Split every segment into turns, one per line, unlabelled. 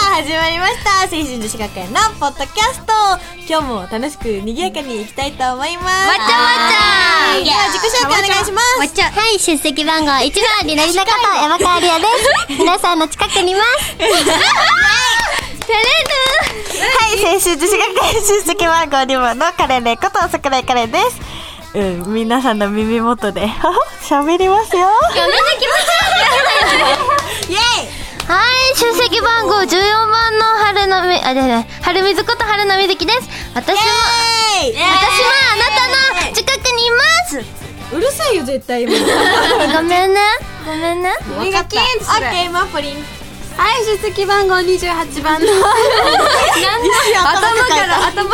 した青春女子学園のポッドキャスト今日も楽しく賑やかにいきたいと思います
わちゃわちゃ
はいでは自己紹介お願いします
ちゃ
はい、出席番号1番になりなかった山川りあです。皆さんの近くにいます。
はい青春女子学園出席番号リボンのカレンレこと桜井カレンですうん、皆さんの耳元で 喋りますよ
やめてき
イエ
はい、出席番号14番の春のみ、あ、じゃない、春水こと春のみずきです。私も、
イイエーイ
私はあなたの近くにいます。
うるさいよ絶対今
ごめんね。ごめんね。
分かったオッケーマッポリン
はい出席番号28番の頭から頭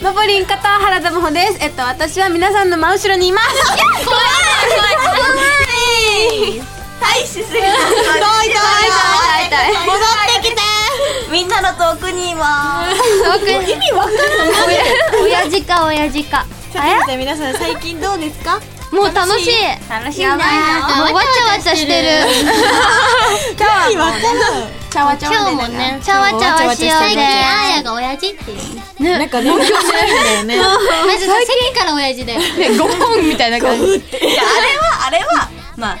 のぼりん方原田真帆ですえっと私は皆さんの真後ろにいます
怖い怖い怖いはいしすぎた遠い遠い
遠い
戻ってきてみんなの遠くにいます
意味わかんない。親父か親父か。
さて皆さん最近どうですか
もう楽しい。
楽しい
やばいな
もうわちゃわちゃしてる。
今日は
ちゃわちゃ
今日もね、ちゃわちゃわしよう
最
ね
近
あーやが親父っていうね。
なんかね東京じゃないん だよね
まずさ席から親父だよ。
5本みたいな感じ
あれはまあ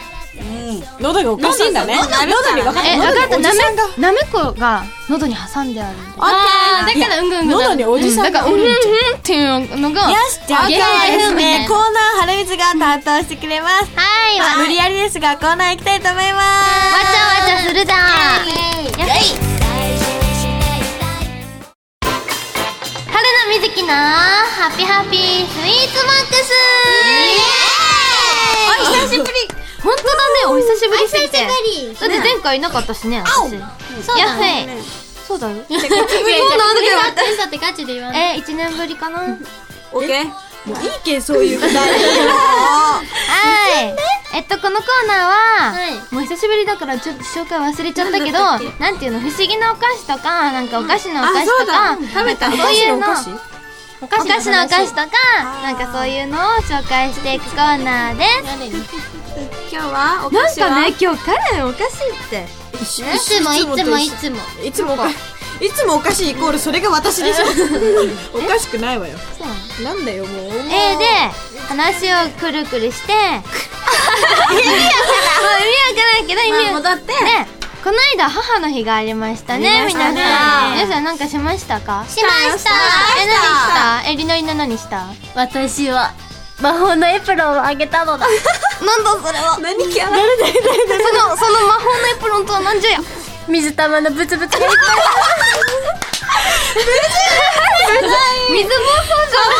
喉がおかしいんだね喉に分かっ
え、わかった。なめ
さんが、
なめこが喉に挟んであるんだよ。
あ
だからうんぐうんぐ
喉におじさんがおるんちゃう
うんっていうのが
よしじゃあ今日はですねコー
は
ナー春水が担当してくれます
い、わ
無理やりですがコーナー行きたいと思います
わちゃわちゃするだよし春のみずきのハッピーハッピースイーツマックス
お久しぶり
本当だね、お久しぶりすぎて。
久しぶり
だって前回いなかったしね、私。そうだね。 そうだよ。もうなんだ けど。ってガチで言わない。え、一年ぶりかな。はい。
オッケー
もういいけそういう こと
えっと、このコーナーは、もう久しぶりだから、ちょっと紹介忘れちゃったけど、なんていうの、不思議なお菓子とか、なんかお菓子のお菓子とか、
食べた
そう
い
いうの、
お菓子
お菓子のお菓子とか、なんかそういうのを紹介していくコーナーです。
今日はお菓子は
今日、カレンおかしいって。
いつ
いつもいつもいつも。
いつもおかいつもおかしいイコールそれが私 でしょおかしくないわよ
そうなの
なんだよもうえ
えー、で話をくるくるして意味わからん意味わからんけど意味わ
戻って
ねこの間母の日がありましたね
ありまし
皆さ
た
ん
ね
皆さんなんかしましたかしましたえ何したえりのりな何した
私は魔法のエプロンをあげたのだ
なんだそれは
何キャラ誰誰誰
そのその魔法のエプロンとは何じゃや
水玉のブツブツがいっ
水暴走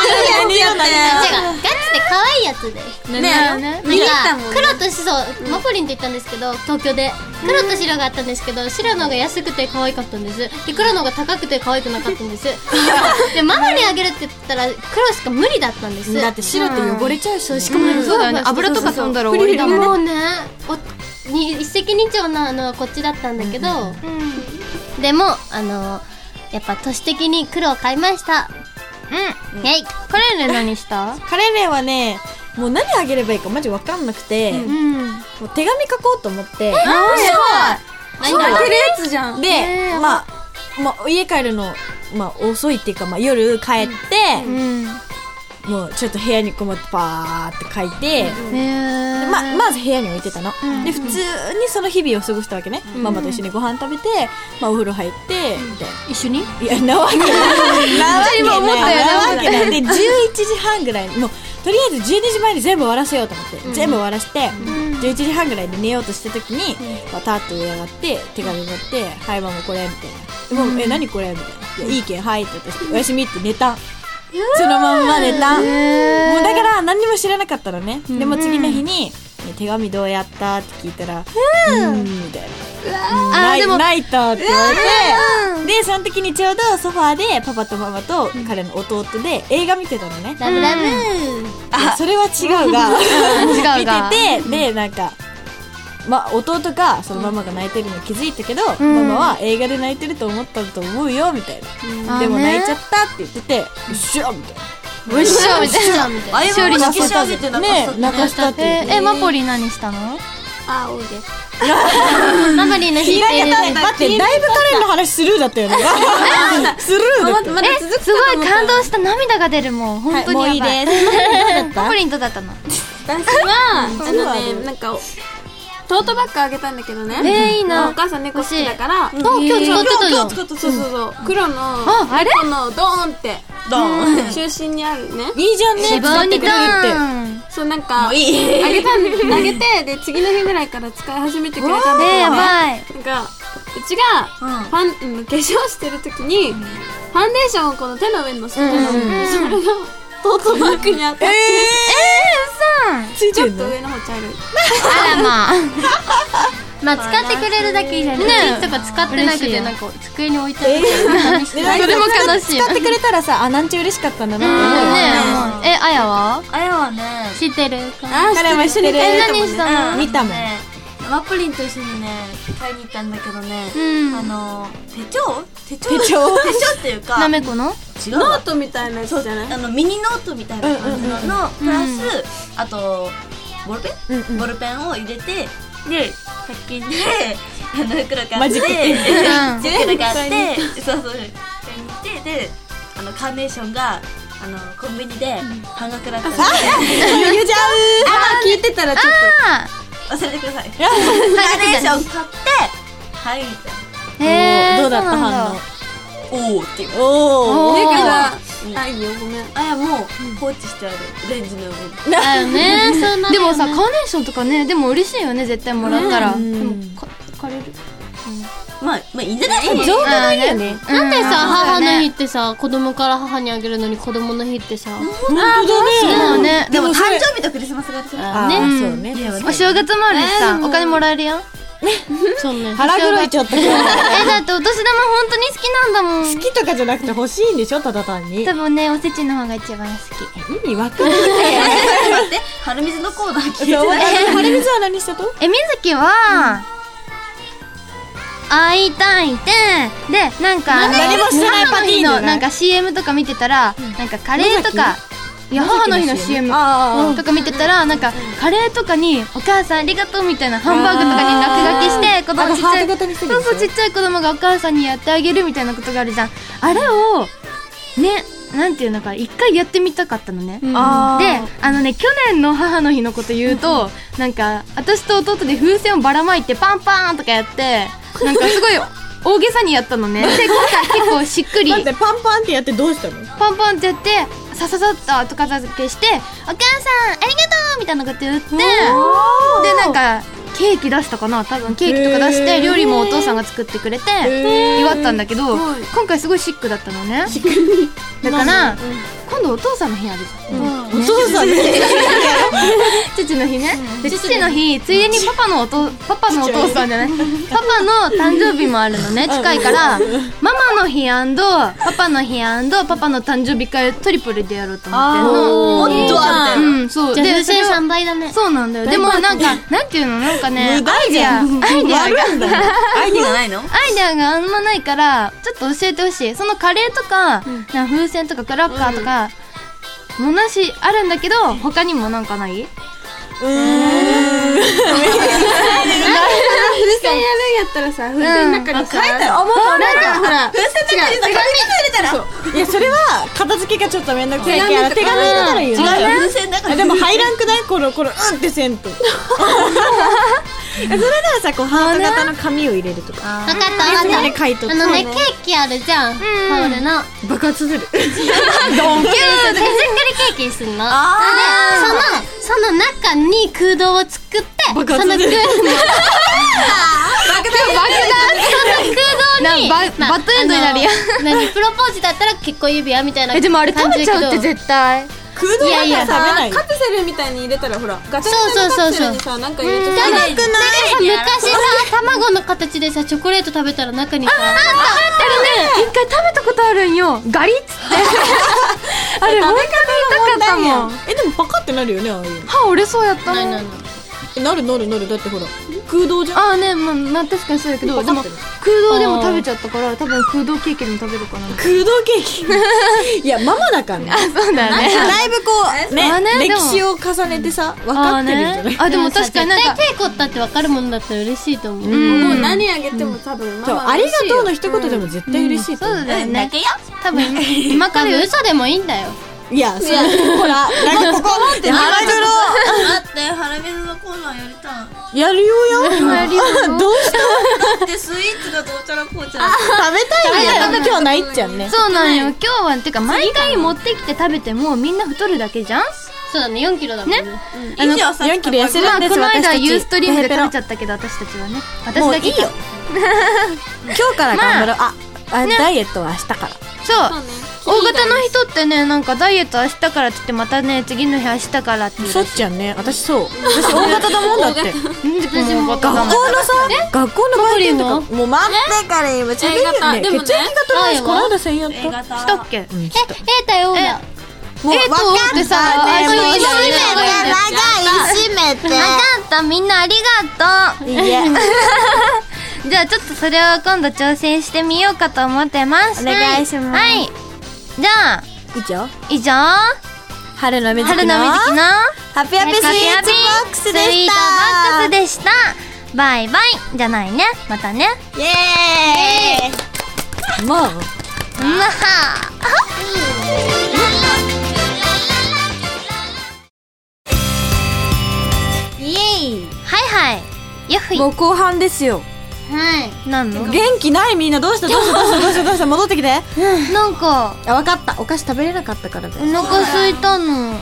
誰何や
ぱい
ね
違うガチで可愛いやつで
じゃん
ね
ね
見に行ったもんね
黒と白マポリンって言ったんですけど東京で黒と白があったんですけど白の方が安くて可愛かったんですで黒の方が高くて可愛くなかったんですでママにあげるって言ったら黒しか無理だったんです
だって白って汚れちゃうししかも
そうだよね油とか飛んだら終わりだもん
もうねおに一石二鳥なのはこっちだったんだけど、でもあのやっぱ年的に黒を買いました
うん
イェイ
カレンレン何した
カレーレンはねもう何あげればいいかマジわかんなくて、も
うん
う手紙書こうと思って、
そう開けるやつじゃん
で、まあ、まあ、家帰るの、まあ、遅いっていうか、まあ、夜帰って、
うん
もうちょっと部屋にこもってバーって書いて、
ねえ
まあ、まず部屋に置いてたの。で、普通にその日々を過ごしたわけね。ママと一緒にご飯食べて、まあ、お風呂入って、みたいな。
一緒に
いや、なわけ ない。なわけない。
思ったよ
なわけない。で、11時半ぐらいに、もう、とりあえず12時前に全部終わらせようと思って、全部終わらせて、11時半ぐらいで寝ようとした時に、バタッと上上がって、手紙持って、はい、ママこれ、みたいな。もう、え、何これみたいな。いやいいけん、はいって私、おやすみって寝た。そのまんま寝た。もうだから、何にも知らなかったのね。でも次の日に、え手紙どうやったって聞いたら、うーん、みたいな。うん
あー
ナイ
でも
ナイターって言われて、でその時にちょうどソファーでパパとママと彼の弟で映画見てたのね、
ラブラブ、
それは違うが
違うが
見ててでなんか、ま、弟がそのママが泣いてるの気づいたけど、
ん
ママは映画で泣いてると思ったと思うよみたいな、
うん
でも
あーね
泣いちゃったって言ってて「うっしょ!」みたいな。
うっしょみたいな
あゆ
勝利の
も引き上げてなかった
ね泣かしたっていう
え、えマポリン何したの
私
青です。ママリンの
意
日っ
外
て
に
いう
待って、だいぶカレンの話スルーだったよね。スルーだった。
まだ続
すごい感動した涙が出るもう本当
もう
に
いい
や ばい,、
です。どうだ
パ
っ
プ
た
リンとだったの
私は、あ
うん
のね、なんか、トートバッグあげたんだけどね。
えーいいな
お母さん猫好きだから、
あ今日使ってたじゃん。
そうそうそう。黒の、
ああれ
猫のドーンって、
ドーン
中心にあるね。
いいじゃんね。
自分に
使ってくれるって
ダン
そう、なんか、あ
ういい
げたんあげて、で、次の日ぐらいから使い始めてくれたんだけど
えー、やばい
なんか、うちが、
うん
ファン、うん化粧してる時に、ファンデーションをこの手の上に乗せてたの。
うんうんう
それが、トートバッグに当たって、
つい
ち
て
ょっ
るの
と上の方茶色い。
あらまあ
まあ使ってくれるだけいいじゃん。ねとか使ってなく
嬉してい
なんか机に置いてあるだけ。
なんか
それも悲しい
使ってくれたらさ、あ、なんちゅう嬉しかったんだな
うん
って思うよね。
ねええあやは
あやはね
知ってるか。
あ
カレンも一緒に
え
ね
何したの
見たもん。
ねマプリンと一緒にね買いに行ったんだけどね、
うん
あの手帳 手帳
手帳
手帳っていうか
なめこの
違う
ノ
わ
ートみたいなやつじゃない
あのミニノートみたいな感じののプラスあとボールペン、
うんうん
ボールペンを入れてで100均であの袋
マ
買っ
ジ
て
ックペン
うん袋買ってそうそう買いに行ってであのカーネーションがあのコンビニで半額だったので
言うじゃ
あ、聞いてたらちょっ
あ
忘れてくださいカ
う
ーネーション買ってはいみたいな
ーへえ
どうだった反応
おおっていう
お
と
お
上から
う、ん
あ、いいよ、ごめん。
あやもう放置してあるレンジの上に
だよね。そうなのよね
でもさカーネーションとかねでも嬉しいよね絶対もらったら、
うん
でもか借りる
まあまあいいんじゃない
情報がいいよね。
なんでさ、母の日
日
ってさ、子供から母にあげるのに子供の日ってさ、
本当だ
そ
ね。
うね
でも
でも
誕
それ
生日とクリスマスが違う
あ
ね
ーそうね。
お正月もあるしさ、お金もらえるやんえ
そうね。
腹黒いちょっ と。
だってお年玉本当に好きなんだもん
好きとかじゃなくて欲しいんでしょただ単に。
多分ねおせちの方が一番好き
意味わかんない。
待って春水のコーナー聞いて
そう
ない
晴れ水は何したと
えみずきは、会いたいってでなんか
何もしてない
母
パ
の
ティーン
日
じゃな
の
い
なんか CM とか見てたら、なんかカレーとかいや母の日の CM
あ
とか見てたらなんかカレーとかに「お母さんありがとう」みたいなハンバーグとかに落書きして子
あの
供ちっちゃ
ハー
い
ト型にする
そうそうちっちゃい子供がお母さんにやってあげるみたいなことがあるじゃんあれをねなんていうのか一回やってみたかったのね、
あ
であのね去年の母の日のこと言うと、なんか私と弟で風船をばらまいてパンパンとかやってなんかすごい大げさにやったのねで今回結構しっくり
だってパンパンってやってどうしたの
パンパンってやってさささっと後片付けして「お母さんありがとう!」みたいなこと言ってでなんかケーキ出したかな多分ケーキとか出し
へ
て
ー
料理もお父さんが作ってくれて
へー
祝ったんだけど
ごい
今回すごいシックだったのねだから今度お父さんの日あるじゃん
お父さん
父の日ねで父の日ついでにパパのおとパパのお父さんじゃないパパの誕生日もあるのね近いからママの日パパの日パパの誕生日会をトリプルでやろうと思ってんの
もっ
ー
とあるみたいな
うん、そう。
じゃあ風
それ
船
を
3倍だね。
そうなんだよ。でもなんか、なんていうのなんかね、アイ
無駄
デ
じ
ア、
ゃ
ア
ん
イデアが、
悪いんだよ
アイディアがないの
アイデアがあんまないから、ちょっと教えてほしい。そのカレーとか、なんか風船とかクラッカーとか、もなしあるんだけど、他にもなんかないう
ーん
風船やるんやったらさ、風船の中にさ、書いたよ。思ったなんか、ほら、
風船だけにさ紙が入れたら
いやそれは片付けがちょっとめんどくさい
手紙
から
とか
手紙入れたらいいよね
風船だか
あ
ら
でも入らんくないこのこのうんってせんとそれならさこうハート型の紙を入れるとか
わかった
あ
わか
れ
っ
書いと
た。
く
あのね、ケーキあるじゃん。ホールの。
爆発 するドン
手作りケーキすんの。
あ
でその、その中に空洞を作って、その
爆
空
発
洞、
する
その空洞に、
なババッドエンドになるや
あ
ん
の何プロポーズだったら結婚指輪みたいな
え、
感じ
でもあれ食べちゃうって
だけど
絶対。
空洞
いや
だ
いや
から食べない
カプセルみたいに入れたら、ほら、ガチャガチャのカプセルにさ、なんか入れて
じゃな
くない
昔さ、卵の形でさ、チョコレート食べたら中にさ、
あれね、一回食べたことあるんよ。ガリッつって。あれ、本当に痛かったもん。
えでもパカってなるよねああいう
歯折れそうやったもん。
ないないない
のなるなるなるだってほら空洞じゃん
ああねまあ、まあ、確かにそうやけどでも空洞でも食べちゃったから多分空洞ケーキでも食べるかな
空洞ケーキいやママだからね
そうだね
だいぶこうね
そうねで
歴
も
史を重ねてさ分かってるんじゃない
あーねあでも確かになん
絶
か
対稽古ったって分かるもんだったら嬉しいと思う、
うん
もう何あげても多分
そう
ママ
ありがとうの一言でも絶対嬉しいと
そう
思う
だよね
けよ
多分
今から嘘でもいいんだよ
いやそれほらなんかここって腹
だってハラメルのコーナーやりたい
黒やるよや
る よ
どうした
だってスイーツがどうちゃらこうちゃら
食べたいんだよ今日ないっちゃんね
そうなんよ今日はてか毎回持ってきて食べてもみんな太るだけじゃん
そうだね4キロだもんね
以上さっ
4
き
キロ痩せる
ま
ん
あ
で
こ
す
の
私た
間
ち
ユーストリームで食べちゃ
ゃ
ったけど私たちはね
も
私
う
だ
いい
け
よ今日から頑張ろうああダイエットは明日から
そう大型の人ってねなんかダイエット明日からって言ってまたね次の日明日からって言う
そっちゃんね私 そう私大型だもんだって
私も
学校のさ学校のバイトとかもう待ってから今ちょびっとね血
で
液
もね
が取れないこの間1000円や
A
っ
型
したっけ
たうん
え、えだよだ
もう
えっと
わか
ってさあそういう意味だよね
分かったみんなありがと
いいえ
じゃあちょっとそれを今度挑戦してみようかと思ってます
お願いします
はい、はいじゃあ
以上
以上
春のみずき
春
の
のみずきの
ハッピーハッピースイーツボックスでした
スイーツボックスでしたバイバイじゃないねまたね
イエーイもう
うわは
うイエイ
はいはいよふい
もう後半ですよ
はい
なんの
元気ないみんなどうしたどうしたどうしたどうしたどうした戻ってきてあ
なんか
分かったお菓子食べれなかったからだ
お
よ
腹空いたの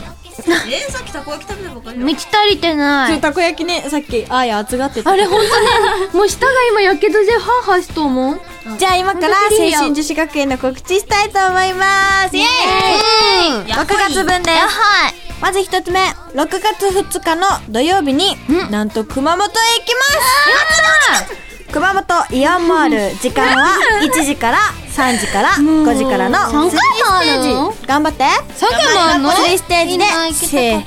えさっきたこ焼き食べたばっかりだ
満ち足りてな
そ
い
れたこ焼きねさっきあーや熱がってた
あれ本当 ねもう舌が今やけどでハーハーしと思う
じゃあ今から青春女子学園の告知したいと思いますイエーイ6月分です
はい
まず一つ目6月2日の土曜日になんと熊本へ行きます熊本イオンモール時間は1時から3時から5時からの3
回もあるの
ステージ頑張って
三回もあるの
3ステージでせー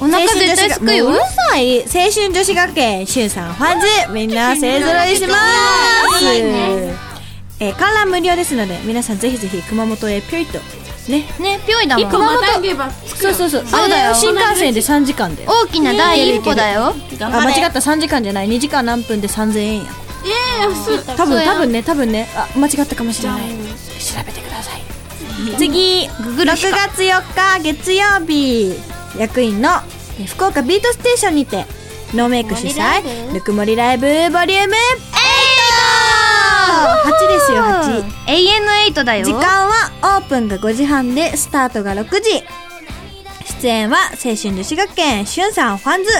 お腹絶対すくよ
もううるさい青春女子学園しゅんさんファンズみんな勢ぞろいしますえー観覧無料ですので皆さんぜひぜひ熊本へぴょいとね
ねぴょいだもん
一個またげば
そうそうそう
うだよ
あれ新幹線で3時間で
大きな第一歩だよ
あ間違った3時間じゃない2時間何分で3000円や多分多分ね多分ねあ間違ったかもしれない調べてください次6月4日月曜日役員のえ福岡ビートステーションにてノーメイク主催ぬくもりライブボリューム8 8ですよ8
永遠のエイトだよ
時間はオープンが5時半でスタートが6時出演は青春女子学園しゅんさんファンズ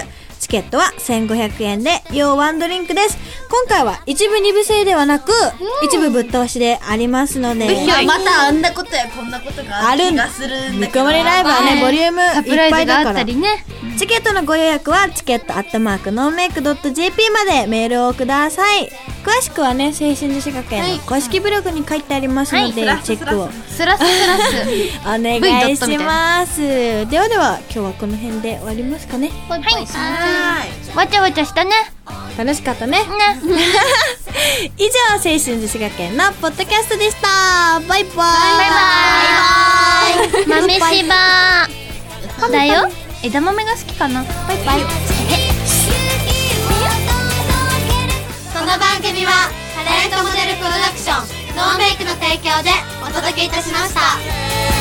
チケットは1500円で要ワンドリンクです今回は一部二部制ではなく、一部ぶっ通しでありますので
いやまたあんなことやこんなことがある気がする
ぬ
んだけ
く
ど
もりライブは
は
ね
い
ボリューム
サプ
い
ラ
っぱ
イ
い
ズが
だ
あ
か
った
ら
りね
チケットのご予約はチケットアットマークノーメイクドット JP までメールをください詳しくはね青春女子学園の公式ブログに書いてありますので、チェックを
スラススラス
お願いしますではでは今日はこの辺で終わりますかね
はーい
わちゃわちゃしたね
楽しかったね
ね
以上青春女子学園のポッドキャストでしたバイバイバイイ
豆柴だよ枝豆が好きかなバイバイ
この番組はタレントモデルプロダクションノーメイクの提供でお届けいたしました。